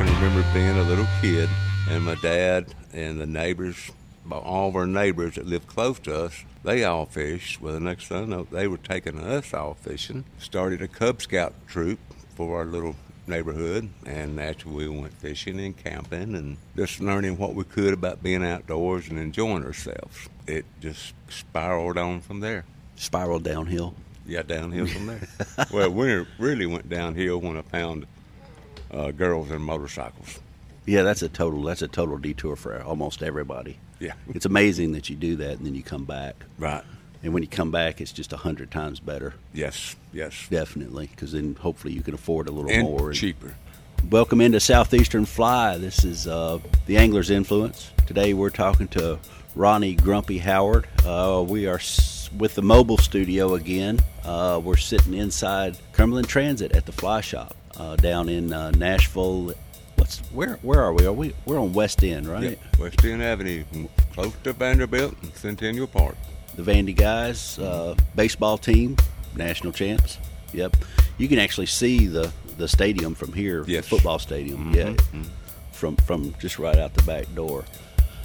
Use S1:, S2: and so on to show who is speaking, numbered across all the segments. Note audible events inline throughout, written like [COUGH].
S1: remember being a little kid, and my dad and the neighbors, all of our neighbors that lived close to us, they all fished. Well, the next thing I know, they were taking us all fishing. Started a Cub Scout troop for our little neighborhood, and that's we went fishing and camping and just learning what we could about being outdoors and enjoying ourselves. It just spiraled on from there.
S2: Spiraled downhill.
S1: Yeah, downhill from there. well, we really went downhill when I found uh, girls and motorcycles.
S2: Yeah, that's a total that's a total detour for almost everybody.
S1: Yeah.
S2: It's amazing that you do that and then you come back.
S1: Right.
S2: And when you come back, it's just a hundred times better.
S1: Yes. Yes.
S2: Definitely, because then hopefully you can afford a little
S1: and
S2: more. and-
S1: cheaper.
S2: Welcome into Southeastern Fly. This is uh, the Angler's Influence. Today we're talking to Ronnie Grumpy Howard. Uh, we are s- with the mobile studio again. Uh, we're sitting inside Cumberland Transit at the Fly Shop uh, down in uh, Nashville. What's where? Where are we? Are we? We're on West End, right?
S1: Yep. West End Avenue, close to Vanderbilt and Centennial Park.
S2: the Vandy guys, uh, baseball team, national champs. Yep, you can actually see the the stadium from here,
S1: Yes.
S2: the football stadium. Yeah, from from just right out the back door.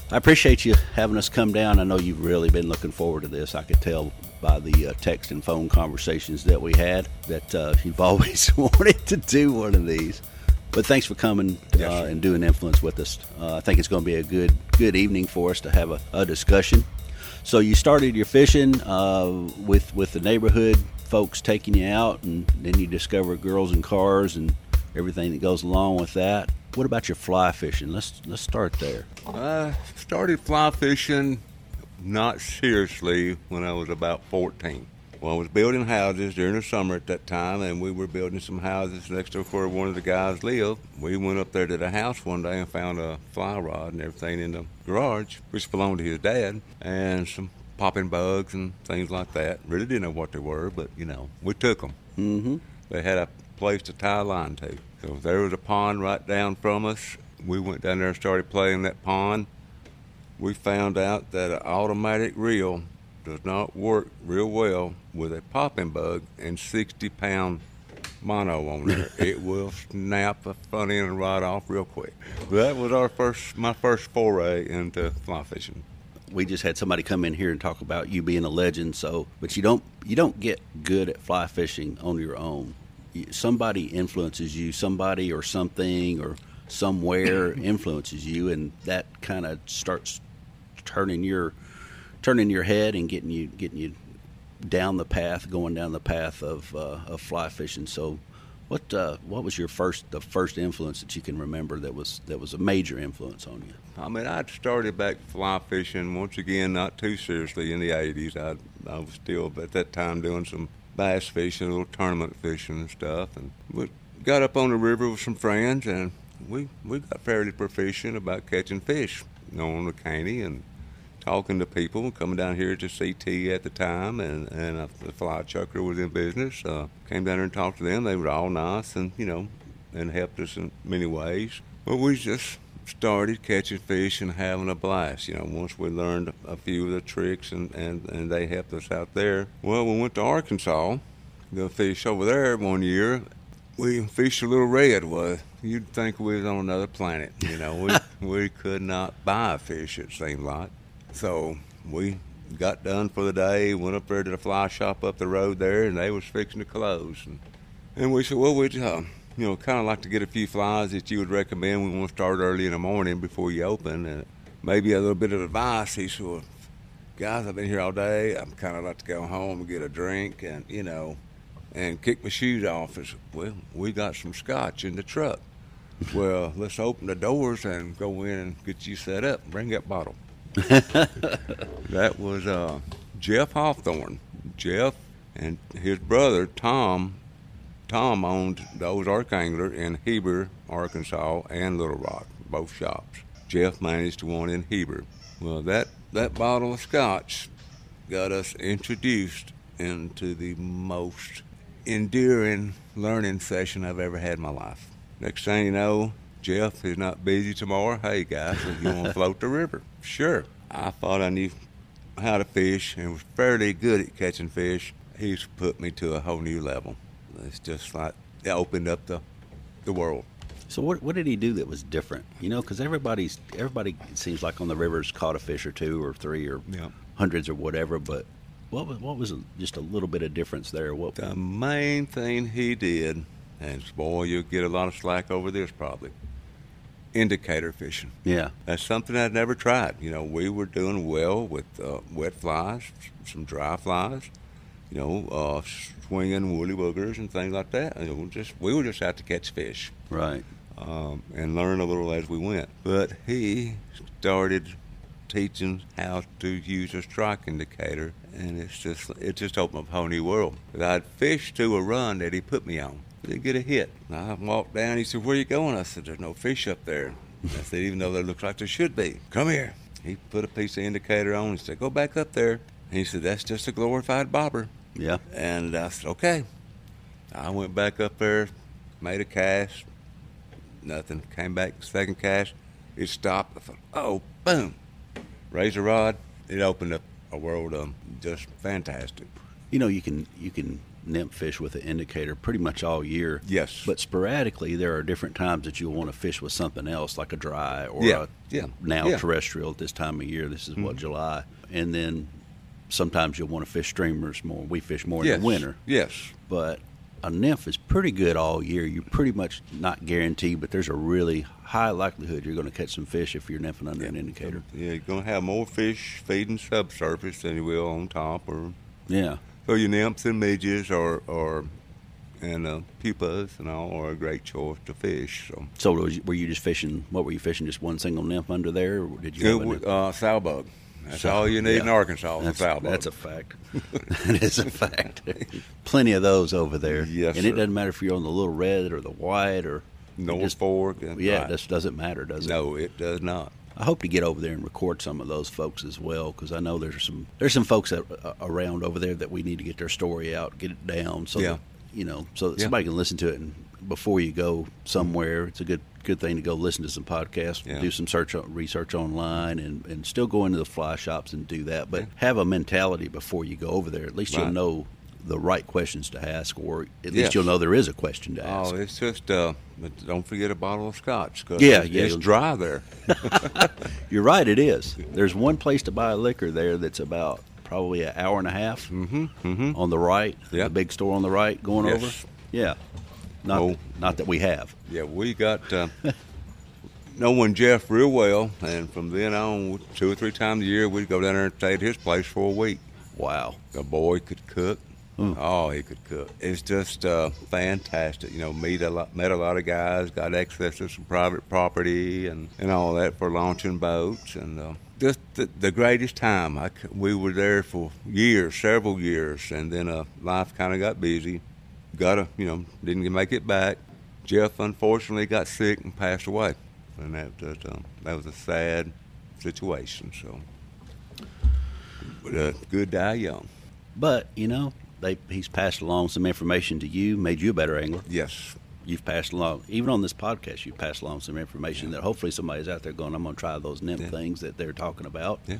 S2: I appreciate you having us come down. I know you've really been looking forward to this. I could tell by the uh, text and phone conversations that we had that uh, [LAUGHS] you've always wanted to do one of these. But thanks for coming
S1: Yes,
S2: uh,
S1: sir.
S2: and doing influence with us. Uh, I think it's going to be a good good evening for us to have a, a discussion. So you started your fishing uh, with with the neighborhood folks taking you out, and then you discover girls and cars and everything that goes along with that. What about your fly fishing? Let's let's start there.
S1: I Uh, started fly fishing not seriously when I was about 14. Well, I was building houses during the summer at that time, and we were building some houses next to where one of the guys lived. We went up there to the house one day and found a fly rod and everything in the garage, which belonged to his dad, and some popping bugs and things like that. Really didn't know what they were, but you know, we took them. Mm-hmm. They had a place to tie a line to. So there was a pond right down from us. We went down there and started playing that pond. We found out that an automatic reel does not work real well with a popping bug and 60 pound mono on there. it will snap the front end of the rod off real quick. That was our first, my first foray into fly fishing.
S2: we just had somebody come in here and talk about you being a legend so but you don't you don't get good at fly fishing on your own you, somebody influences you somebody or something or somewhere influences you and that kind of starts turning your turning your head and getting you getting you down the path going down the path of uh, of fly fishing so what uh, what was your first the first influence that you can remember that was that was a major influence on you
S1: I mean, I'd started back fly fishing once again, not too seriously in the 80s. I, I was still at that time doing some bass fishing, a little tournament fishing and stuff. And we got up on the river with some friends, and we, we got fairly proficient about catching fish on the caney and talking to people, coming down here to CT at the time, and and uh, the fly chucker was in business. Uh, came down here and talked to them. They were all nice, and you know, and helped us in many ways. But we just started catching fish and having a blast. You know, once we learned a few of the tricks, and and and they helped us out there. Well, we went to Arkansas, to fish over there one year. We fished a little red was. You'd think we was on another planet. You know, we we could not buy a fish. It seemed like. So we got done for the day, went up there to the fly shop up the road there, and they was fixing to close. And, and we said, well, we'd, uh, you know, kind of like to get a few flies that you would recommend. We want to start early in the morning before you open, and maybe a little bit of advice. He said, well, guys, I've been here all day. I'm kind of like to go home and get a drink and, you know, and kick my shoes off. I said, well, we got some scotch in the truck. Well, let's open the doors and go in and get you set up. Bring that bottle. That was uh, Jeff Hawthorne. Jeff and his brother Tom. Tom owned the Ozark Angler in Heber, Arkansas, and Little Rock, both shops. Jeff managed one in Heber. Well, that that bottle of scotch got us introduced into the most endearing learning session I've ever had in my life. Next thing you know, Jeff is not busy tomorrow. Hey guys, if you want to float the river, sure. I thought I knew how to fish and was fairly good at catching fish. He's put me to a whole new level. It's just like it opened up the the world.
S2: So what what did he do that was different? You know, because everybody's everybody it seems like on the rivers caught a fish or two or three or
S1: Yeah.
S2: hundreds or whatever. But what was what was just a little bit of difference there? What
S1: The main thing he did, and boy, you'll get a lot of slack over this probably, indicator fishing.
S2: yeah
S1: That's something I'd never tried. You know, we were doing well with uh, wet flies, s- some dry flies, you know, uh, swinging woolly boogers and things like that. You know, just we were just out to catch fish
S2: right
S1: um, and learn a little as we went. But he started teaching how to use a strike indicator, and it's just it just opened up a whole new world. But I'd fished to a run that he put me on. Didn't get a hit. And I walked down. He said, "Where you going?" I said, "There's no fish up there." I said, "Even though there looks like there should be, come here." He put a piece of indicator on. He said, "Go back up there." And he said, "That's just a glorified bobber."
S2: yeah
S1: And I said, okay. I went back up there, made a cast, nothing. Came back, second cast, it stopped. I thought, oh, boom. Razor rod, it opened up a world of just fantastic.
S2: you know you can you can nymph fish with an indicator pretty much all year.
S1: Yes.
S2: But sporadically, there are different times that you'll want to fish with something else, like a dry or
S1: Yeah,
S2: a
S1: yeah,
S2: now
S1: yeah. Mm-hmm.
S2: terrestrial at this time of year. This is what July, and then sometimes you'll want to fish streamers more. We fish more
S1: yes.
S2: in the winter,
S1: Yes.
S2: but a nymph is pretty good all year. You're pretty much not guaranteed, but there's a really high likelihood you're going to catch some fish if you're nymphing under an indicator.
S1: Yeah, you're going to have more fish feeding subsurface than you will on top or
S2: Yeah,
S1: So your nymphs and midges or, or and uh, pupas and all are a great choice to fish. So.
S2: So was you- were you just fishing? What were you fishing? Just one single nymph under there? Or did you?
S1: It
S2: have a
S1: would,
S2: nymph?
S1: uh, sow bug. That's all you need in
S2: Yeah.
S1: Arkansas is a
S2: That's,
S1: sow bug.
S2: that's a fact.
S1: [LAUGHS]
S2: that is a fact. Plenty of those over there.
S1: Yes,
S2: and it
S1: sir.
S2: doesn't matter if you're on the little red or the white or
S1: North
S2: it just-
S1: Fork. and-
S2: Yeah,
S1: right.
S2: it just doesn't matter, does it?
S1: no, it does not.
S2: I hope to get over there and record some of those folks as well because I know there's some there's some folks that, uh, around over there that we need to get their story out, get it down, so
S1: Yeah.
S2: that, you know, so that
S1: Yeah.
S2: somebody can listen to it. And before you go somewhere, it's a good good thing to go listen to some podcasts,
S1: Yeah.
S2: do some search on- research online, and and still go into the fly shops and do that. But have a mentality before you go over there. At least you'll
S1: Right.
S2: know the right questions to ask, or at
S1: Yes.
S2: least you'll know there is a question to ask.
S1: Oh, it's just. Uh, but don't forget a bottle of scotch. 'cause
S2: Yeah,
S1: it's,
S2: yeah,
S1: It's
S2: you'll-
S1: dry there.
S2: You're right. It is. There's one place to buy liquor there that's about probably an hour and a half on the right.
S1: Yeah.
S2: The big store on the right going
S1: Mm-hmm, Yes.
S2: over. Yeah. Not
S1: Oh.
S2: that, not that we have.
S1: yeah, we got. Uh, knowing Jeff real well, and from then on, two or three times a year, we'd go down there and stay at his place for a week.
S2: Wow.
S1: The boy could cook. Oh, he could cook. It's just uh, fantastic. You know, meet a lot, met a lot of guys, got access to some private property and, and all that for launching boats, and uh, just the, the greatest time. I c we were there for years, several years, and then uh, life kind of got busy. Got a, you know, didn't make it back. Jeff unfortunately got sick and passed away, and that that, um, that was a sad situation. So, but, uh, good die young.
S2: But you know, they he's passed along some information to you, made you a better angler.
S1: Yes.
S2: You've passed along, even on this podcast, you've passed along some information that hopefully somebody's out there going, "I'm going to try those nymph
S1: Yeah.
S2: things that they're talking about."
S1: Yeah.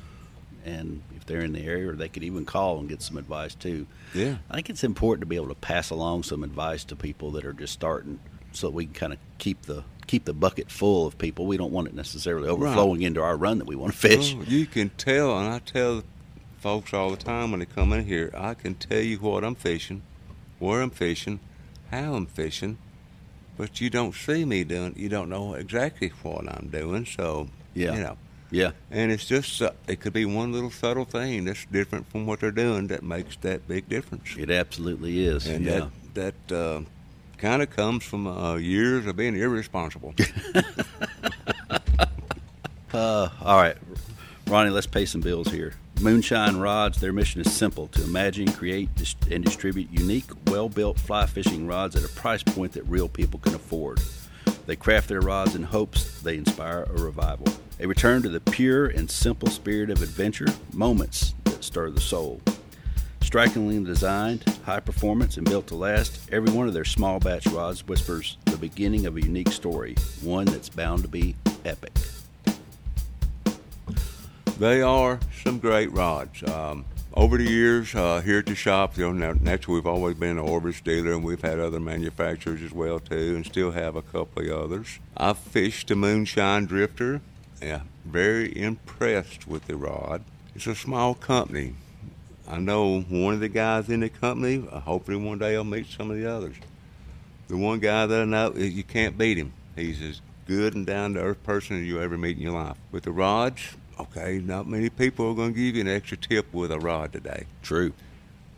S2: and if they're in the area, or they could even call and get some advice too.
S1: Yeah.
S2: I think it's important to be able to pass along some advice to people that are just starting, so that we can kind of keep the keep the bucket full of people. We don't want it necessarily overflowing into our run that we want to fish.
S1: Well, Oh, you can tell, and I tell folks all the time when they come in here, I can tell you what I'm fishing, where I'm fishing, how I'm fishing, but you don't see me doing. You don't know exactly what I'm doing. So
S2: Yeah.
S1: you know,
S2: Yeah,
S1: and it's just uh, it could be one little subtle thing that's different from what they're doing that makes that big difference.
S2: it absolutely is.
S1: And
S2: yeah.
S1: that that uh, kind of comes from uh, years of being irresponsible.
S2: Uh, all right, Ronnie, let's pay some bills here. Moonshine Rods, their mission is simple to imagine, create, dis- and distribute unique, well built fly fishing rods at a price point that real people can afford. They craft their rods in hopes they inspire a revival. A return to the pure and simple spirit of adventure, moments that stir the soul. Strikingly designed, high performance, and built to last, every one of their small batch rods whispers the beginning of a unique story, one that's bound to be epic.
S1: They are some great rods. Um, over the years uh, here at the shop, you know, now, naturally we've always been an Orbis dealer, and we've had other manufacturers as well too, and still have a couple of others. I fished the Moonshine Drifter. Yeah, very impressed with the rod. It's a small company. I know one of the guys in the company. uh, Hopefully, one day I'll meet some of the others. The one guy that I know, eh, you can't beat him. He's as good and down to earth person as you ever meet in your life. With the rods, okay, not many people are going to give you an extra tip with a rod today.
S2: True.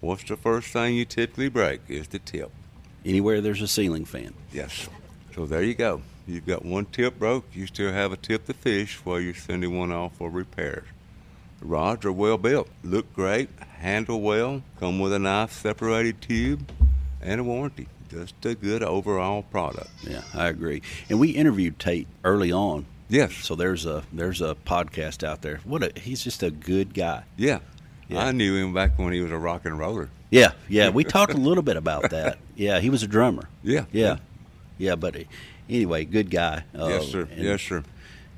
S1: What's the first thing you typically break is the tip.
S2: Anywhere there's a ceiling fan.
S1: Yes. So there you go. You've got one tip broke. You still have a tip to fish while you're sending one off for repairs. The rods are well built, look great, handle well, come with a nice separated tube, and a warranty. Just a good overall product.
S2: Yeah, I agree. And we interviewed Tate early on.
S1: Yes.
S2: So there's a there's a podcast out there. What a he's just a good guy.
S1: Yeah.
S2: Yeah.
S1: I knew him back when he was a rock and roller.
S2: Yeah, yeah. We talked a little bit about that. Yeah, he was a drummer.
S1: Yeah.
S2: yeah, yeah. But uh, anyway, good guy. Uh,
S1: yes, sir.
S2: and
S1: Yes, sir.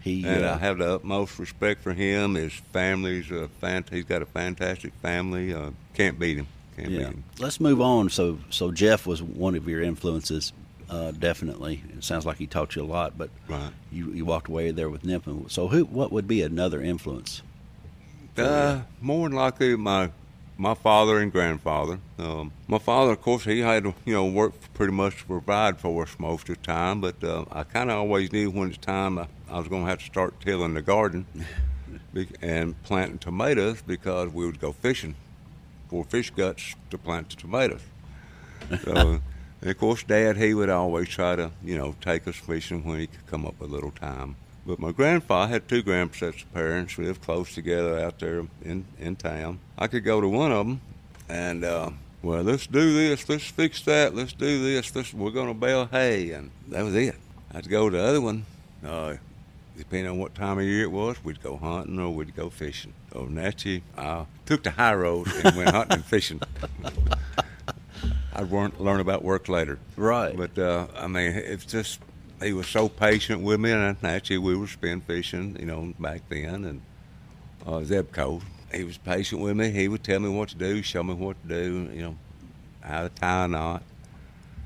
S2: He.
S1: And
S2: uh,
S1: I have the utmost respect for him. His family's a fan- he's got a fantastic family. Uh, can't beat him. Can't beat
S2: yeah.
S1: him.
S2: Let's move on. So, so Jeff was one of your influences, uh, definitely. It sounds like he taught you a lot, but
S1: Right.
S2: you, you walked away there with Nippon. So, who? What would be another influence?
S1: Uh, more than likely, my my father and grandfather. Um, my father, of course, he had you know worked pretty much to provide for us most of the time. But uh, I kind of always knew when it's time I, I was going to have to start tilling the garden be- and planting tomatoes because we would go fishing for fish guts to plant the tomatoes. So, and of course, Dad, he would always try to, you know, take us fishing when he could come up with little time. But my grandpa I had two grandsets of parents lived close together out there in, in town. I could go to one of them and, uh, well, let's do this, let's fix that, let's do this, let's, we're going to bale hay. And that was it. I'd go to the other one. Uh, depending on what time of year it was, we'd go hunting or we'd go fishing. Oh, So naturally, I took the high road and went hunting and fishing. [LAUGHS] I'd learn, learn about work later.
S2: Right.
S1: But, uh, I mean, it's just, he was so patient with me, and naturally, we were spin fishing, you know, back then, and uh, Zebco. He was patient with me. He would tell me what to do, show me what to do, you know, how to tie a knot,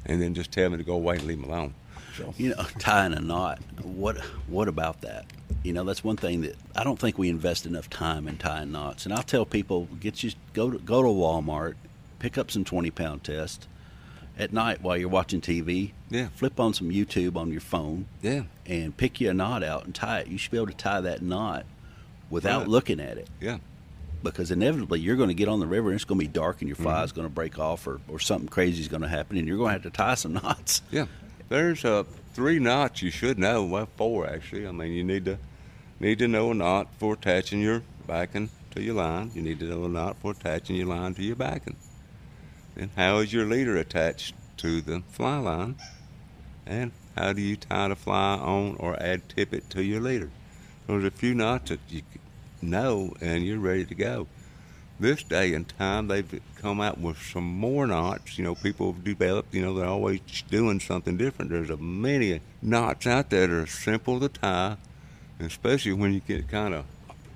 S1: and then just tell me to go away and leave him alone. So,
S2: You know, [LAUGHS] tying a knot. What? What about that? You know, that's one thing that I don't think we invest enough time in tying knots. And I'll tell people, get you go to go to Walmart, pick up some twenty pound test. At night, while you're watching TV,
S1: Yeah.
S2: flip on some YouTube on your phone,
S1: yeah.
S2: and pick you a knot out and tie it. You should be able to tie that knot without
S1: Right.
S2: looking at it
S1: Yeah.
S2: because inevitably you're going to get on the river and it's going to be dark
S1: Mm-hmm.
S2: and your fly is going to break off or, or something crazy is going to happen and you're going to have to tie some [LAUGHS] knots.
S1: Yeah, there's uh, three knots you should know. Well, four actually. I mean, you need to need to know a knot for attaching your backing to your line. You need to know a knot for attaching your line to your backing. Then, how is your leader attached to the fly line? And how do you tie the fly on or add tippet to your leader? So there's a few knots that you know, and you're ready to go. This day and time, they've come out with some more knots. You know, people have developed. You know, they're always doing something different. There's a many knots out there that are simple to tie, especially when you get kind of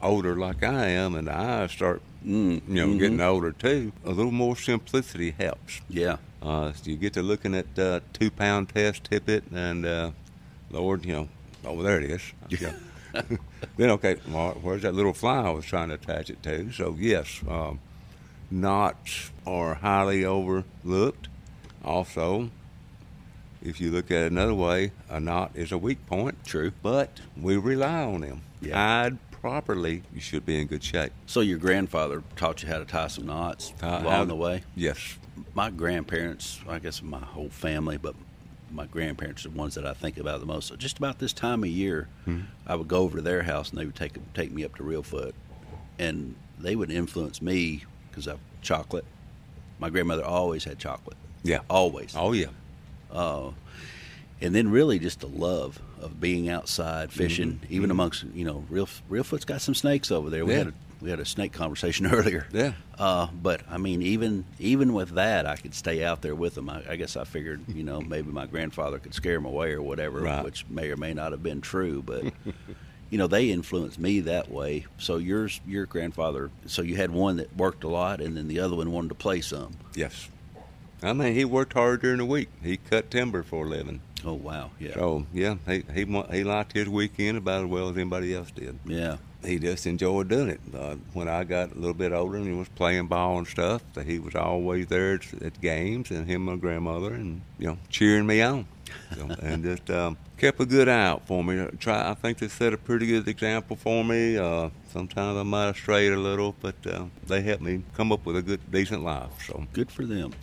S1: older, like I am, and the eyes start,
S2: Mm.
S1: you know,
S2: Mm-hmm.
S1: getting older too. A little more simplicity helps.
S2: Yeah.
S1: Uh, so you get to looking at uh, two pound test tippet, and uh, Lord, you know, oh, there it is. Yeah. [LAUGHS] then, okay, well, where's that little fly I was trying to attach it to? So, yes, um, knots are highly overlooked. Also, if you look at it another way, a knot is a weak point.
S2: True.
S1: But we rely on them.
S2: Yeah.
S1: Tied properly, you should be in good shape.
S2: So your grandfather taught you how to tie some knots
S1: Uh,
S2: along
S1: how-
S2: the way?
S1: Yes.
S2: my grandparents, I guess my whole family, but my grandparents are the ones that I think about the most. So just about this time of year,
S1: Hmm.
S2: I would go over to their house and they would take take me up to Real Foot, and they would influence me because of chocolate. My grandmother always had chocolate,
S1: Yeah.
S2: always,
S1: Oh, yeah.
S2: and then really just the love of being outside fishing, even amongst you know Real Real Foot's got some snakes over there. We
S1: Mm-hmm. Yeah.
S2: had a, we had a snake conversation [LAUGHS] earlier.
S1: Yeah.
S2: Uh, but I mean, even even with that, I could stay out there with them. I, I guess I figured, you know, maybe my grandfather could scare them away or whatever,
S1: Right.
S2: which may or may not have been true. But [LAUGHS] you know they influenced me that way. So yours, your grandfather. So you had one that worked a lot, and then the other one wanted to play some.
S1: Yes. I mean, he worked hard during the week. He cut timber for a living.
S2: Oh wow, yeah,
S1: So yeah, he he mo- he liked his weekend about as well as anybody else did.
S2: yeah,
S1: He just enjoyed doing it. Uh, when I got a little bit older and he was playing ball and stuff, that he was always there at, at games, and him and my grandmother, and you know, cheering me on, so, and just um, kept a good eye out for me. Uh, Try, I think they set a pretty good example for me. Uh, sometimes I might have strayed a little, but uh, they helped me come up with a good, decent life. So
S2: good for them.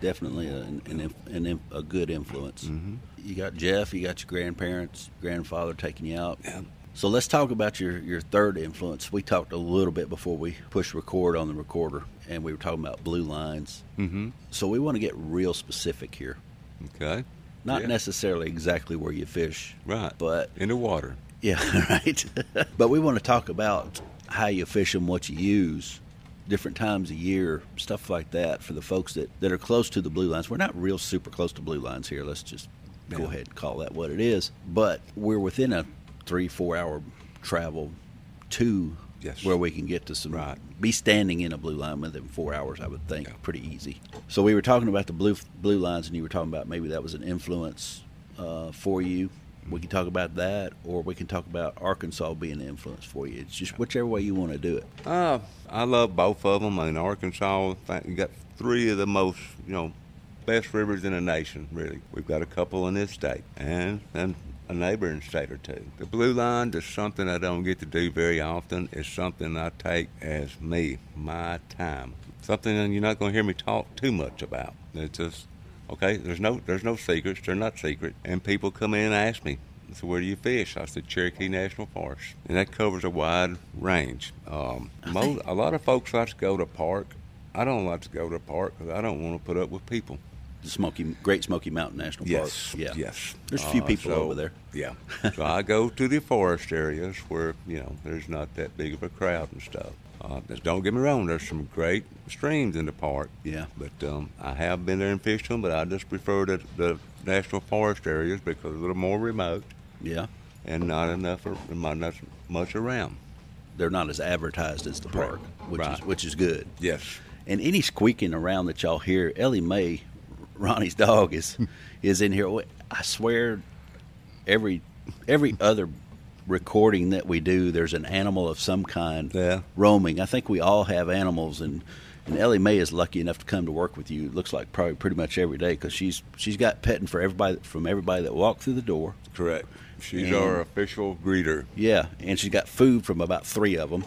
S2: Definitely an an, inf- an, inf- a good influence. You got Jeff, you got your grandparents, grandfather taking you out.
S1: Yeah.
S2: So let's talk about your, your third influence. We talked a little bit before we pushed record on the recorder, and we were talking about blue lines.
S1: hmm
S2: So we want to get real specific here.
S1: okay,
S2: Not
S1: Yeah.
S2: necessarily exactly where you fish,
S1: right,
S2: but
S1: in the water.
S2: yeah, [LAUGHS] right. but we want to talk about how you fish them, what you use, different times a year, stuff like that for the folks that, that are close to the blue lines. We're not real super close to blue lines here. Let's just go
S1: Yeah.
S2: ahead and call that what it is. But we're within a three, four hour travel to
S1: Yes.
S2: where we can get to some
S1: Right.
S2: be standing in a blue line within four hours, I would think,
S1: Yeah.
S2: pretty easy. So we were talking about the blue blue lines, and you were talking about maybe that was an influence uh, for you. We can talk about that, or we can talk about Arkansas being an influence for you. It's just whichever way you want to do it.
S1: Uh, I love both of them. In Arkansas, I think you got three of the most, you know, best rivers in the nation. Really, we've got a couple in this state, and and a neighboring state or two. The Blue Line is something I don't get to do very often. It's something I take as me, my time. Something that you're not going to hear me talk too much about. It's just okay. There's no there's no secrets. They're not secret. And people come in and ask me, so where do you fish? I said Cherokee National Forest, and that covers a wide range. Um, mo- a lot of folks like to go to park. I don't like to go to park because I don't want to put up with people.
S2: The Smoky Great Smoky Mountain National
S1: Yes,
S2: Park. Yeah.
S1: yes.
S2: There's a few
S1: Uh,
S2: people
S1: so-
S2: over there. [LAUGHS]
S1: Yeah. so I go to the forest areas where you know there's not that big of a crowd and stuff. Uh, just don't get me wrong. There's some great streams in the park.
S2: Yeah.
S1: But um, I have been there and fished them, but I just prefer the, the national forest areas because they're a little more remote
S2: Yeah.
S1: and not enough, ar- not enough much around.
S2: They're not as advertised as the park,
S1: Correct.
S2: which is
S1: Right.
S2: which is good.
S1: Yes.
S2: And any squeaking around that y'all hear, Ellie Mae, Ronnie's dog, is is in here. I swear, every every other recording that we do, there's an animal of some kind
S1: Yeah.
S2: roaming. I think we all have animals, and and Ellie Mae is lucky enough to come to work with you. It looks like probably pretty much every day because she's she's got petting for everybody from everybody that walked through the door.
S1: Correct. She's
S2: And-
S1: our official greeter. [LAUGHS]
S2: Yeah, and she's got food from about three of them.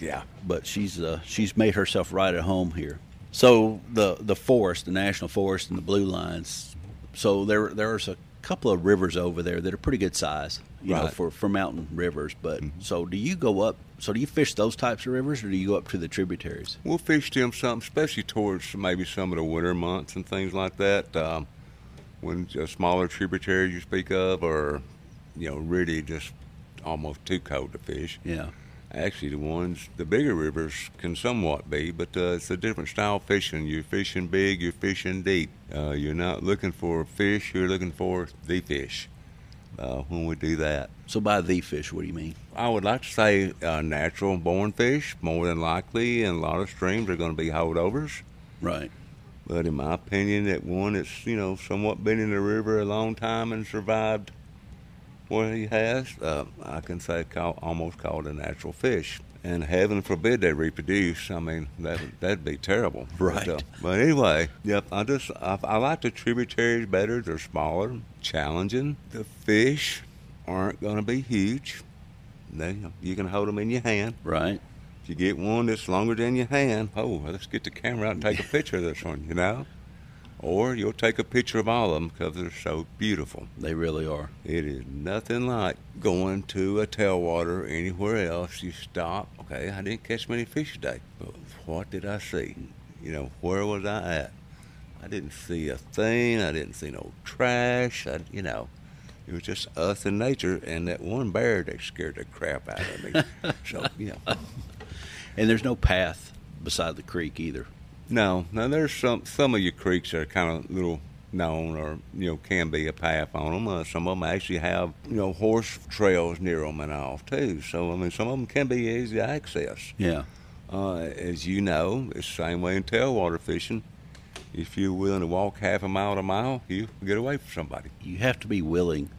S1: yeah.
S2: but she's uh, she's made herself right at home here. So the the forest, the national forest, and the blue lines. So there there's a couple of rivers over there that are pretty good size, you know,
S1: Right. Mm-hmm.
S2: for for mountain rivers. But so do you go up? So do you fish those types of rivers, or do you go up to the tributaries?
S1: We'll fish them something, especially towards maybe some of the winter months and things like that. Um, when a smaller tributary you speak of are, you know, really just almost too cold to fish.
S2: Yeah,
S1: Actually, the ones, the bigger rivers can somewhat be, but uh, it's a different style of fishing. You're fishing big, you're fishing deep. Uh, you're not looking for fish, you're looking for the fish uh, when we do that.
S2: so by the fish, what do you mean?
S1: I would like to say uh, natural born fish, more than likely, and a lot of streams are going to be holdovers.
S2: Right.
S1: But in my opinion, that one that's you know somewhat been in the river a long time and survived what he has, uh, I can say call, almost called a natural fish. And heaven forbid they reproduce. I mean, that would- that'd be terrible.
S2: Right.
S1: But, uh, but anyway, yep. I just I, I like the tributaries better. They're smaller, challenging. The fish aren't going to be huge. They, you can hold them in your hand.
S2: Right.
S1: If you get one that's longer than your hand, oh, well, let's get the camera out and take a picture of this one, you know? Or you'll take a picture of all of them because they're so beautiful.
S2: They really are.
S1: It is nothing like going to a tailwater or anywhere else. You stop, okay, I didn't catch many fish today, but what did I see? You know, where was I at? I didn't see a thing. I didn't see no trash. I, you know, it was just us and nature and that one bear that scared the crap out of me. so, you know.
S2: And there's no path beside the creek either.
S1: No, now there's some some of your creeks are kind of little known or you know can be a path on them. Uh, some of them actually have you know horse trails near them and all too. So I mean, some of them can be easy to access.
S2: Yeah.
S1: Uh, as you know, it's the same way in tailwater fishing. If you're willing to walk half a mile to a mile, you get away from somebody.
S2: You have to be willing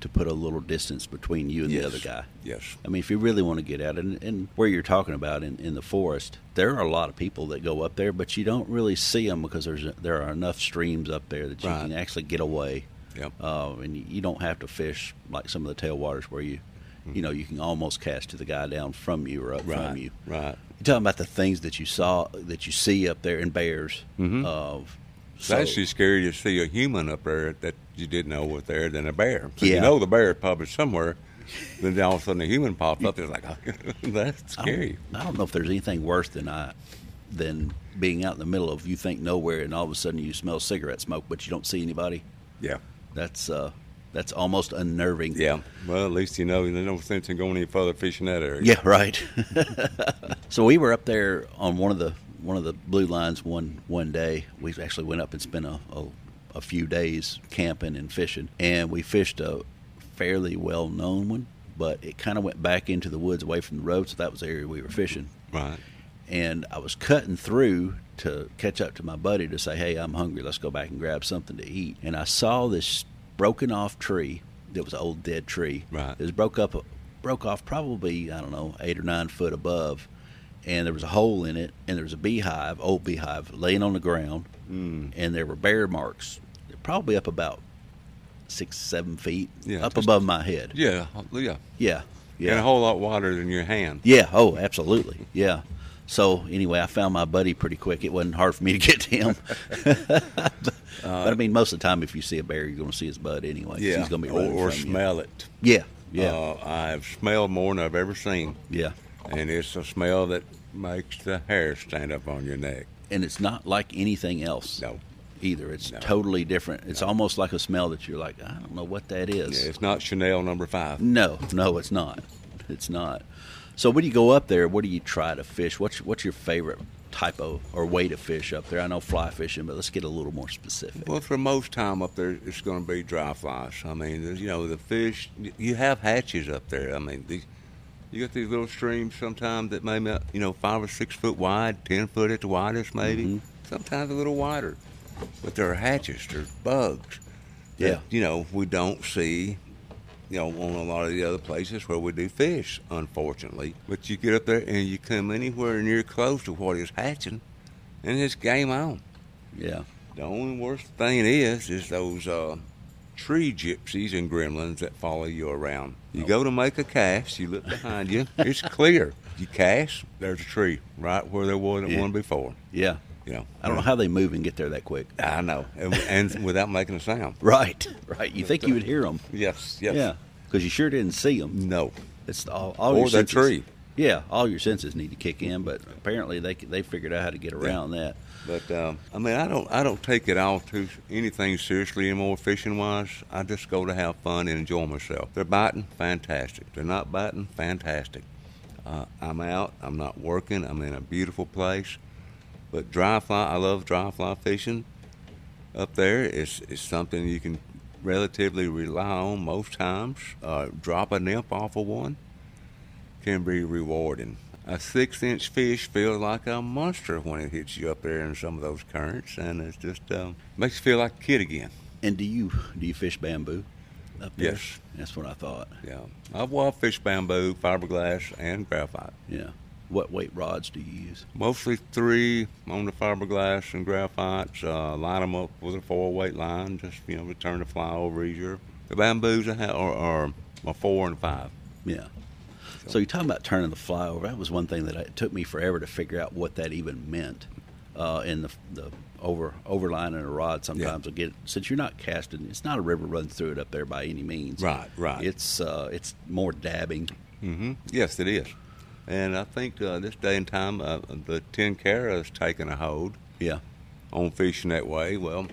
S2: to put a little distance between you and
S1: Yes.
S2: the other guy.
S1: Yes.
S2: I mean, if you really want to get out, and, and where you're talking about in, in the forest, there are a lot of people that go up there, but you don't really see them because there's there are enough streams up there that you
S1: Right.
S2: can actually get away,
S1: Yep.
S2: uh, and you, you don't have to fish like some of the tailwaters where you, you know, you can almost cast to the guy down from you or up from
S1: Mm-hmm. right.
S2: you.
S1: Right.
S2: You're talking about the things that you saw that you see up there in bears. Of
S1: It's
S2: so-
S1: Mm-hmm. actually scarier to see a human up there that you didn't know was there than a bear. So
S2: Yeah.
S1: you know the bear is probably somewhere. Then all of a sudden a human pops up. It's like, [LAUGHS] that's
S2: I don't-
S1: scary.
S2: I don't know if there's anything worse than I than being out in the middle of you think nowhere and all of a sudden you smell cigarette smoke but you don't see anybody.
S1: Yeah.
S2: That's uh that's almost unnerving.
S1: Yeah. Well, at least you know there's no sense in going any further fishing that area.
S2: Yeah, right. [LAUGHS] so we were up there on one of the one of the blue lines one one day. We actually went up and spent a, a, a few days camping and fishing, and we fished a fairly well known one, but it kind of went back into the woods away from the road, so that was the area we were fishing.
S1: Right.
S2: and I was cutting through to catch up to my buddy to say, "Hey, I'm hungry. Let's go back and grab something to eat." And I saw this broken off tree. It was an old dead tree.
S1: Right.
S2: It was broke up, broke off probably I don't know eight or nine foot above, and there was a hole in it, and there was a beehive, old beehive, laying on the ground,
S1: Mm.
S2: and there were bear marks, probably up about six, seven feet
S1: Yeah,
S2: up
S1: just-
S2: above my head.
S1: Yeah. Yeah.
S2: uh, Yeah. Yeah.
S1: And a whole lot wider than your hand.
S2: Yeah. Oh, absolutely. Yeah. So anyway, I found my buddy pretty quick. It wasn't hard for me to get to him. [LAUGHS]
S1: Uh,
S2: but I mean, most of the time, if you see a bear, you're going to see his bud anyway. He's going to be
S1: or,
S2: running
S1: or
S2: from you.
S1: smell it.
S2: Yeah. Yeah.
S1: Uh, I've smelled more than I've ever seen,
S2: yeah.
S1: and it's a smell that makes the hair stand up on your neck.
S2: And it's not like anything else.
S1: No.
S2: Either it's
S1: No.
S2: totally different. It's almost like a smell that you're like, I don't know what that is.
S1: Yeah, it's not Chanel number five.
S2: No, no, it's not. It's not. So when you go up there, what do you try to fish? What's what's your favorite type of or way to fish up there? I know fly fishing, but let's get a little more specific.
S1: Well, for most time up there, it's going to be dry flies. I mean, there's- you know, the fish. You have hatches up there. I mean, these, you got these little streams sometimes that may not, you know, five or six foot wide, ten foot at the widest, maybe. Sometimes a little wider, but there are hatches. There's bugs. that,
S2: Yeah.
S1: you know, we don't see. You know, on a lot of the other places where we do fish, unfortunately. But you get up there and you come anywhere near close to what is hatching, and it's game on.
S2: Yeah.
S1: The only worst thing is, is those uh, tree gypsies and gremlins that follow you around. You go to make a cast, you look behind
S2: [LAUGHS]
S1: you, it's clear. You cast, there's a tree right where there wasn't
S2: Yeah.
S1: one before.
S2: Yeah.
S1: You know,
S2: I don't know how they move and get there that quick. [LAUGHS]
S1: I know, and, and without making a sound.
S2: Right. Right. You think you would hear them.
S1: Yes, yes.
S2: Yeah. Oh, Because you sure didn't see them.
S1: No.
S2: It's all, all
S1: Or
S2: your
S1: the
S2: senses.
S1: tree.
S2: Yeah. All your senses need to kick in, but apparently they c- they figured out how to get around that.
S1: But um, I mean, I don't, I don't take it all too anything seriously anymore. Fishing wise, I just go to have fun and enjoy myself. They're biting, fantastic. They're not biting, fantastic. Uh, I'm out. I'm not working. I'm in a beautiful place. But dry fly, I love dry fly fishing. Up there, it's it's something you can relatively rely on most times. Uh, drop a nymph off of one can be rewarding. A six inch fish feels like a monster when it hits you up there in some of those currents, and it's just um, makes you feel like a kid again.
S2: And do you do you fish bamboo? Up there?
S1: Yes.
S2: That's what I thought.
S1: Yeah, I've wild fished bamboo, fiberglass, and graphite.
S2: Yeah. What weight rods do you use?
S1: Mostly three on the fiberglass and graphites. Uh, line them up with a four weight line, just you know, to turn the fly over easier. The bamboos I have are, are a four and five.
S2: Yeah. So you're talking about turning the fly over. That was one thing that I, it took me forever to figure out what that even meant. Uh, and the the over overline and a rod sometimes will get since you're not casting. It's not a river run through it up there by any means.
S1: Right, right.
S2: It's uh, it's more dabbing.
S1: hmm Yes, it is. And I think uh, this day and time, uh, the ten cara is taking a hold.
S2: Yeah,
S1: on fishing that way. Well,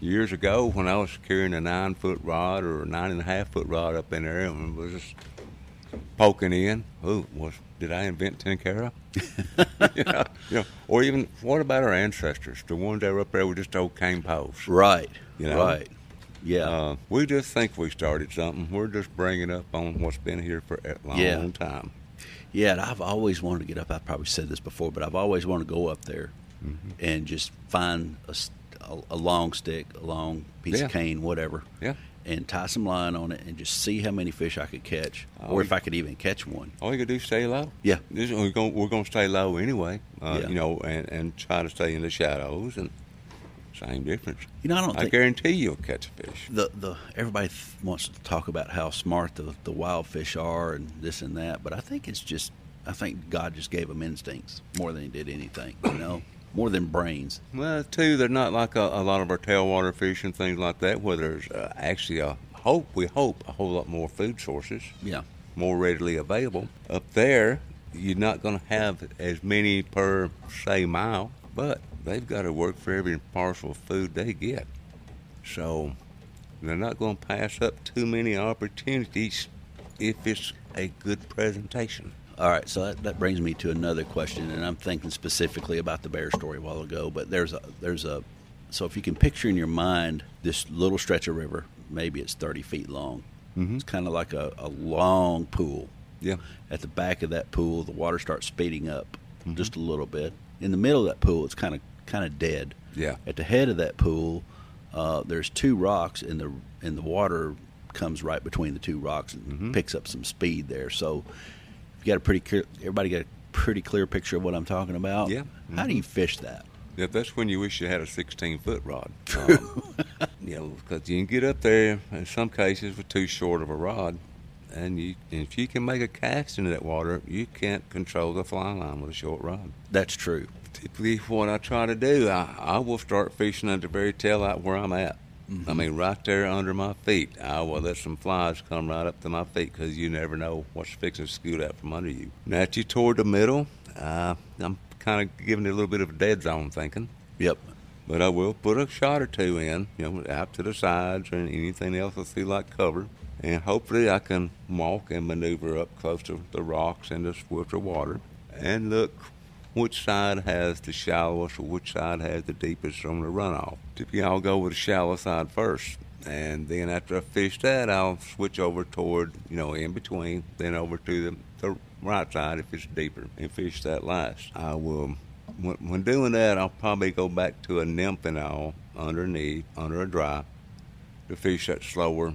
S1: years ago when I was carrying a nine foot rod or a nine and a half foot rod up in there, and it was just poking in. Who was? Did I invent Tenkara? [LAUGHS] you know, you know, or even what about our ancestors? The ones that were up there were just old cane poles.
S2: Right.
S1: You know?
S2: Right. Yeah.
S1: Uh, we just think we started something. We're just bringing up on what's been here for a long
S2: Yeah.
S1: time.
S2: Yeah, and I've always wanted to get up. I probably said this before, but I've always wanted to go up there
S1: Mm-hmm.
S2: and just find a, s- a- a long stick, a long piece
S1: Yeah.
S2: of cane, whatever,
S1: Yeah.
S2: and tie some line on it and just see how many fish I could catch,
S1: Oh,
S2: or if
S1: you-
S2: I could even catch one.
S1: All you can do is stay low.
S2: Yeah.
S1: This, we're going we're gonna stay low anyway, uh,
S2: Yeah.
S1: you know, and, and try to stay in the shadows and same difference.
S2: You know, I don't
S1: I
S2: think
S1: guarantee you'll catch a fish.
S2: the the everybody th- wants to talk about how smart the the wild fish are and this and that, but I think it's just I think God just gave them instincts more than He did anything, you know, more than brains.
S1: Well, too, they're not like a, a lot of our tailwater fish and things like that, where there's uh, actually a hope, we hope, a whole lot more food sources,
S2: Yeah,
S1: more readily available. Up there, you're not going to have as many per, say, mile, but they've got to work for every parcel of food they get. So they're not going to pass up too many opportunities if it's a good presentation.
S2: All right, so that, that brings me to another question, and I'm thinking specifically about the bear story a while ago. But there's a there's a so if you can picture in your mind this little stretch of river, maybe it's 30 feet long. It's kind of like a, a long pool.
S1: Yeah.
S2: At the back of that pool, the water starts speeding up just a little bit. In the middle of that pool, it's kind of kind of dead.
S1: Yeah.
S2: At the head of that pool, uh, there's two rocks, and the and the water comes right between the two rocks and picks up some speed there. So you got a pretty clear. Everybody got a pretty clear picture of what I'm talking about.
S1: Yeah.
S2: How do you fish that?
S1: Yeah, that's when you wish you had a 16 foot rod. Um, you know, because you can get up there in some cases with too short of a rod, and you and if you can make a cast into that water, you can't control the fly line with a short rod.
S2: That's true.
S1: Typically, what I try to do, I, I will start fishing at the very tail out where I'm at. I mean, right there under my feet. I will let some flies come right up to my feet because you never know what's fixing to scoot out from under you. Now, that you toward the middle, uh, I'm kind of giving it a little bit of a dead zone thinking.
S2: Yep.
S1: But I will put a shot or two in, you know, out to the sides and anything else I see like cover. And hopefully I can walk and maneuver up close to the rocks and the swifter water and look which side has the shallowest or which side has the deepest on the runoff. Typically I'll go with the shallow side first. And then after I fish that, I'll switch over toward, you know, in between, then over to the, the right side if it's deeper and fish that last. I will when, when doing that, I'll probably go back to a nymph and all underneath, under a dry, to fish that slower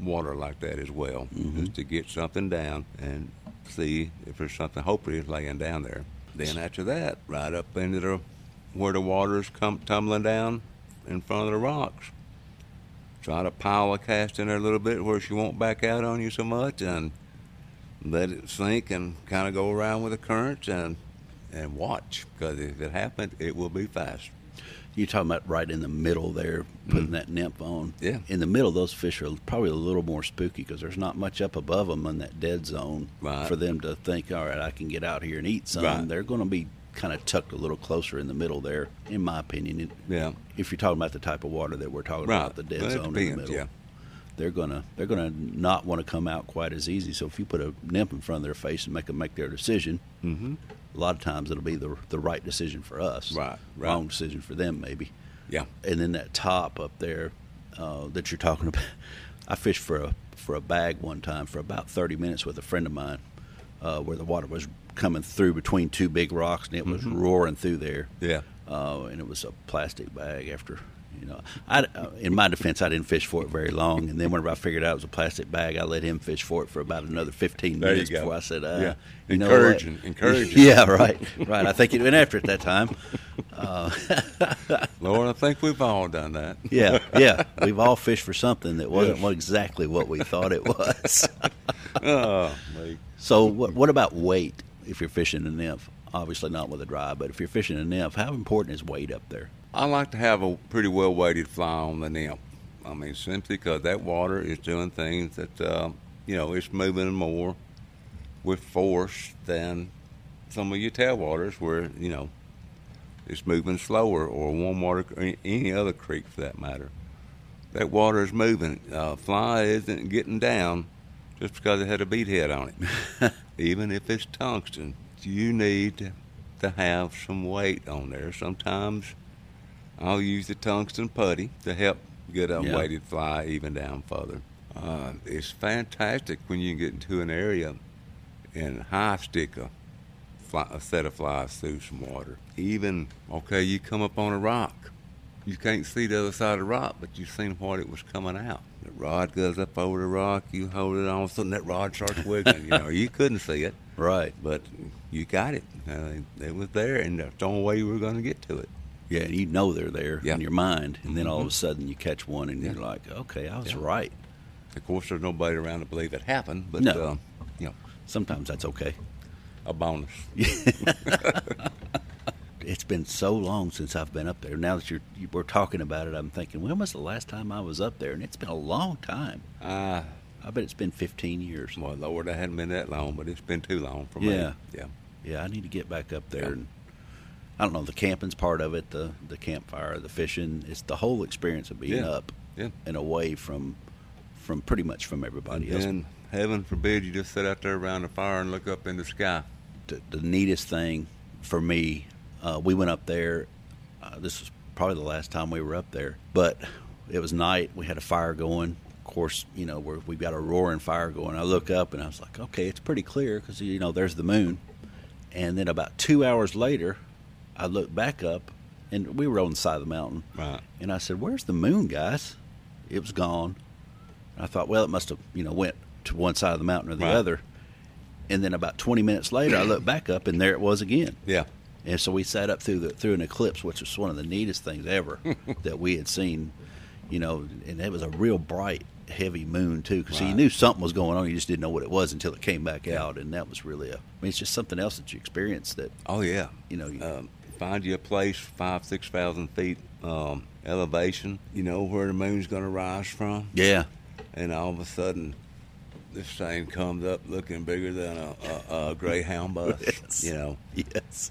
S1: water like that as well, just to get something down and see if there's something. Hopefully, it's laying down there. Then after that, right up into the where the water's come tumbling down in front of the rocks. Try to pile a cast in there a little bit where she won't back out on you so much, and let it sink and kind of go around with the currents and and watch because if it happens, it will be fast.
S2: You're talking about right in the middle there, putting that nymph on.
S1: Mm-hmm. Yeah.
S2: In the middle, those fish are probably a little more spooky because there's not much up above them in that dead zone
S1: Right.
S2: for them to think, all right, I can get out here and eat some.
S1: Right.
S2: They're going to be kind of tucked a little closer in the middle there, in my opinion. It-
S1: Yeah.
S2: If you're talking about the type of water that we're talking
S1: Right.
S2: about, the dead
S1: Well, it
S2: zone in the
S1: depends,
S2: middle.
S1: yeah.
S2: They're gonna they're gonna not want to come out quite as easy. So if you put a nymph in front of their face and make them make their decision, mm-hmm. a lot of times it'll be the the right decision for us,
S1: Right, right.
S2: Wrong decision for them, maybe
S1: Yeah.
S2: and then that top up there uh, that you're talking about. [LAUGHS] I fished for a for a bag one time for about 30 minutes with a friend of mine, uh, where the water was coming through between two big rocks and it was
S1: Mm-hmm.
S2: roaring through there.
S1: Yeah.
S2: uh, and it was a plastic bag after. You know, I, uh, in my defense, I didn't fish for it very long, and then whenever I figured out it was a plastic bag, I let him fish for it for about another fifteen
S1: There you
S2: minutes
S1: go.
S2: before I said, uh,
S1: Yeah.
S2: you know what?
S1: Encouraging, encouraging.
S2: [LAUGHS] yeah, right, right." I think it went after at that time. Uh,
S1: Lord, I think we've all done
S2: [LAUGHS]
S1: that. [LAUGHS]
S2: yeah, yeah. We've all fished for something that wasn't
S1: Yes.
S2: what- exactly what we thought it was. [LAUGHS]
S1: oh, me.
S2: so, what, what about weight if you're fishing a nymph? Obviously, not with a dry, but if you're fishing a nymph, how important is weight up there?
S1: I like to have a pretty well weighted fly on the nymph. I mean, simply because that water is doing things that, uh, you know, it's moving more with force than some of your tailwaters where, you know, it's moving slower or warm water, or any other creek for that matter. That water is moving. Uh, fly isn't getting down just because it had a bead head on it. Even if it's tungsten, you need to have some weight on there. Sometimes I'll use the tungsten putty to help get a
S2: Yeah.
S1: weighted fly even down further. Uh, it's fantastic when you get into an area and high stick a, fly, a set of flies through some water. Even, okay, you come up on a rock. You can't see the other side of the rock, but you've seen what it was coming out. The rod goes up over the rock, you hold it on, all of a sudden that rod starts wiggling. you know, you couldn't see it,
S2: Right.
S1: but you got it. Uh, it was there, and that's the only way you were going to get to it.
S2: Yeah, and you know they're there
S1: Yeah. Mm-hmm.
S2: in your mind, and then all of a sudden you catch one, and you're like, okay, I was
S1: Yeah.
S2: right.
S1: Of course, there's nobody around to believe it happened, but
S2: No.
S1: uh, you know,
S2: Sometimes that's okay.
S1: a bonus.
S2: It's been so long since I've been up there. Now that you're you, we're talking about it, I'm thinking, when was the last time I was up there? And it's been a long time.
S1: Ah,
S2: I bet it's been 15 years.
S1: well, Lord, I hadn't been that long, but it's been too long for me.
S2: Yeah.
S1: yeah.
S2: Yeah, I need to get back up there.
S1: Yeah.
S2: And I don't know the camping's part of it, the the campfire, the fishing. It's the whole experience of being
S1: Yeah.
S2: up
S1: Yeah.
S2: and away from from pretty much from everybody else.
S1: And heaven forbid you just sit out there around the fire and look up in the sky.
S2: the, the neatest thing for me, uh, we went up there. Uh, this was probably the last time we were up there, but it was night. We had a fire going. Of course, you know we're, we've got a roaring fire going. I look up and I was like, okay, it's pretty clear because you know there's the moon. And then about two hours later, I looked back up, and we were on the side of the mountain.
S1: Right.
S2: And I said, "Where's the moon, guys?" It was gone. And I thought, well, it must have you know went to one side of the mountain or the
S1: Right.
S2: other. And then about 20 minutes later, I looked back up, and there it was again.
S1: Yeah.
S2: And so we sat up through the through an eclipse, which was one of the neatest
S1: [LAUGHS]
S2: things ever that we had seen. You know, and it was a real bright, heavy moon too, because you
S1: Right.
S2: knew something was going on. You just didn't know what it was until it came back out, and that was really a. I mean, it's just something else that you experience that
S1: Oh yeah.
S2: you know. You,
S1: Um, find you a place five, six thousand feet um, elevation. You know where the moon's going to rise from,
S2: yeah, [LAUGHS]
S1: and all of a sudden, this thing comes up looking bigger than a, a, a greyhound bus.
S2: [LAUGHS] Yes.
S1: You know.
S2: yes,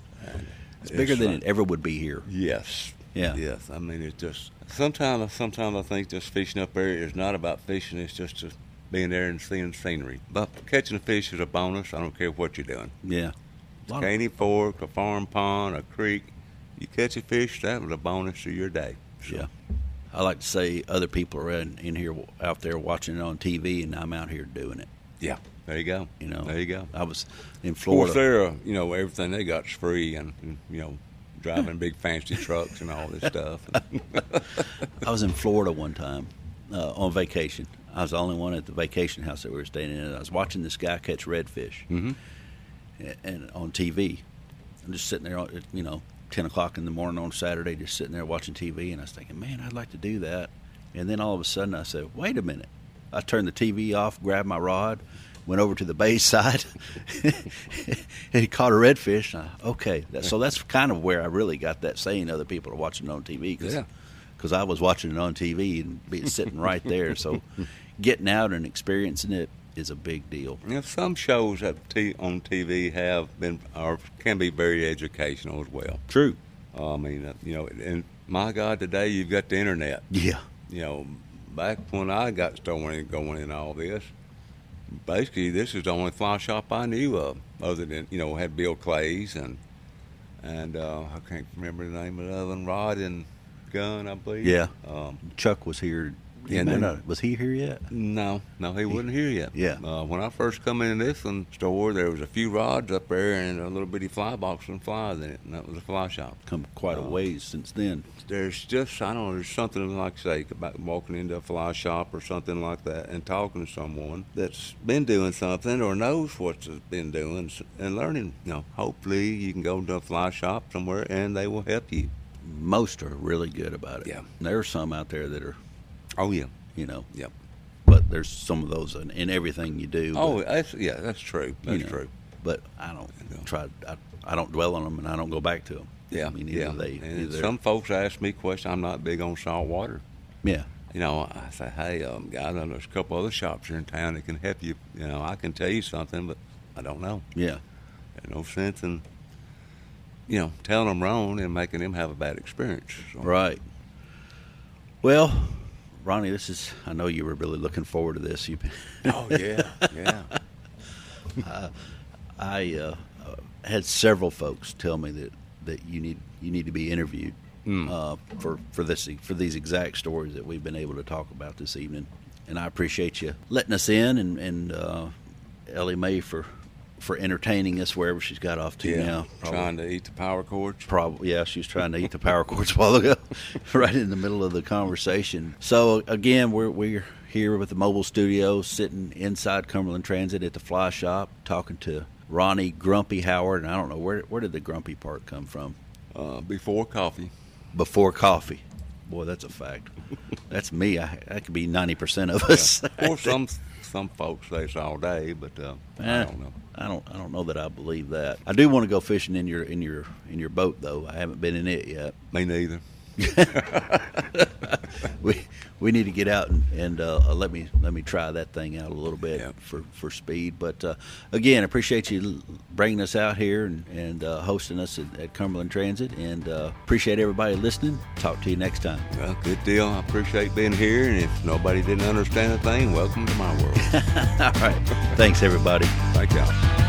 S2: it's bigger than
S1: like-
S2: it ever would be here.
S1: Yes.
S2: Yeah.
S1: Yes. I mean, it's just sometimes. Sometimes I think just fishing up there is not about fishing. It's just, just being there and seeing scenery. But catching a fish is a bonus. I don't care what you're doing.
S2: Yeah, a lot of-
S1: Caney Fork, a farm pond, a creek. You catch a fish, that was a bonus to your day. So,
S2: yeah. I like to say other people are in, in here out there watching it on TV, and I'm out here doing it.
S1: Yeah. There you go.
S2: You know,
S1: There you go.
S2: I was in
S1: Of course,
S2: Florida.
S1: they're, uh, you know, everything they got's free and, and, you know, driving big [LAUGHS] fancy trucks and all this stuff.
S2: I was in Florida one time uh, on vacation. I was the only one at the vacation house that we were staying in. And I was watching this guy catch redfish, mm-hmm. and, on TV. I'm just sitting there, at, you know, ten o'clock in the morning on Saturday, just sitting there watching TV, and I was thinking, man, I'd like to do that. And then all of a sudden, I said, wait a minute. I turned the TV off, grabbed my rod, went over to the bay [LAUGHS] side, and caught a redfish. And I, okay, that, so that's kind of where I really got that saying. Other people are watching it on TV because
S1: Yeah.
S2: because I was watching it on TV and be sitting right there. So getting out and experiencing it is a big deal.
S1: You know, some shows that t- on TV have been or can be very educational as well.
S2: True.
S1: I mean, uh, you know, and my God, today you've got the internet.
S2: Yeah.
S1: You know, back when I got started going in all this, basically this is the only fly shop I knew of, other than you know had Bill Clay's and and uh, I can't remember the name of the other one, Rod and Gun, I believe.
S2: Yeah.
S1: Um,
S2: Chuck was here. He
S1: Yeah,
S2: may
S1: no.
S2: not- was he here yet?
S1: no, no, he wasn't here yet.
S2: Yeah.
S1: Uh, when I first come in this one store, there was a few rods up there and a little bitty fly box and flies in it, and that was a fly shop.
S2: Come quite a
S1: Uh,
S2: ways since then.
S1: There's just I don't know. There's something like say about walking into a fly shop or something like that and talking to someone that's been doing something or knows what's been doing s- and learning. You know, hopefully you can go to a fly shop somewhere and they will help you.
S2: Most are really good about it.
S1: Yeah.
S2: There are some out there that are,
S1: Oh yeah,
S2: you know,
S1: yep.
S2: but there's some of those in, in everything you do.
S1: Oh,
S2: but,
S1: that's yeah, that's true.
S2: you
S1: That's
S2: know,
S1: true.
S2: But I don't
S1: Yeah.
S2: try. I, I don't dwell on them, and I don't go back to them.
S1: Yeah,
S2: I mean, either
S1: yeah.
S2: they,
S1: and
S2: either
S1: some folks ask me questions. I'm not big on salt water.
S2: yeah,
S1: you know, I say, hey, um, guys, I know there's a couple other shops here in town that can help you. You know, I can tell you something, but I don't know.
S2: yeah.
S1: There's no sense in, you know, telling them wrong and making them have a bad experience. So,
S2: Right. Well, Ronnie, this is, I know you were really looking forward to this. You've been,
S1: [LAUGHS] Oh yeah, yeah.
S2: I uh, uh, had several folks tell me that, that you need you need to be interviewed
S1: Hmm.
S2: uh, for for this for these exact stories that we've been able to talk about this evening, and I appreciate you letting us in and and uh, Ellie Mae for for entertaining us wherever she's got off to
S1: yeah.
S2: now. probably.
S1: Trying to eat the power cords.
S2: Probably, yeah, she was trying to eat the power cords [LAUGHS] a while ago, right in the middle of the conversation. So again, we're we're here with the mobile studio, sitting inside Cumberland Transit at the Fly Shop, talking to Ronnie Grumpy Howard, and I don't know where where did the Grumpy part come from?
S1: Uh, before coffee.
S2: Before coffee, boy, that's a fact. [LAUGHS] That's me. I that could be ninety percent of us.
S1: Or some some folks say it's all day, but uh, I
S2: [LAUGHS] Eh,
S1: don't know.
S2: I don't. I don't know that I believe that. I do want to go fishing in your in your in your boat though. I haven't been in it yet.
S1: Me neither.
S2: we we need to get out and, and uh, uh, let me let me try that thing out a little bit
S1: Yeah.
S2: for, for speed. But uh, again, appreciate you l- bringing us out here and, and uh, hosting us at, at Cumberland Transit, and uh, appreciate everybody listening. Talk to you next time. [LAUGHS]
S1: Well, good deal. I appreciate being here, and if nobody didn't understand a thing, welcome to my world.
S2: All right, thanks everybody.
S1: Thank y'all.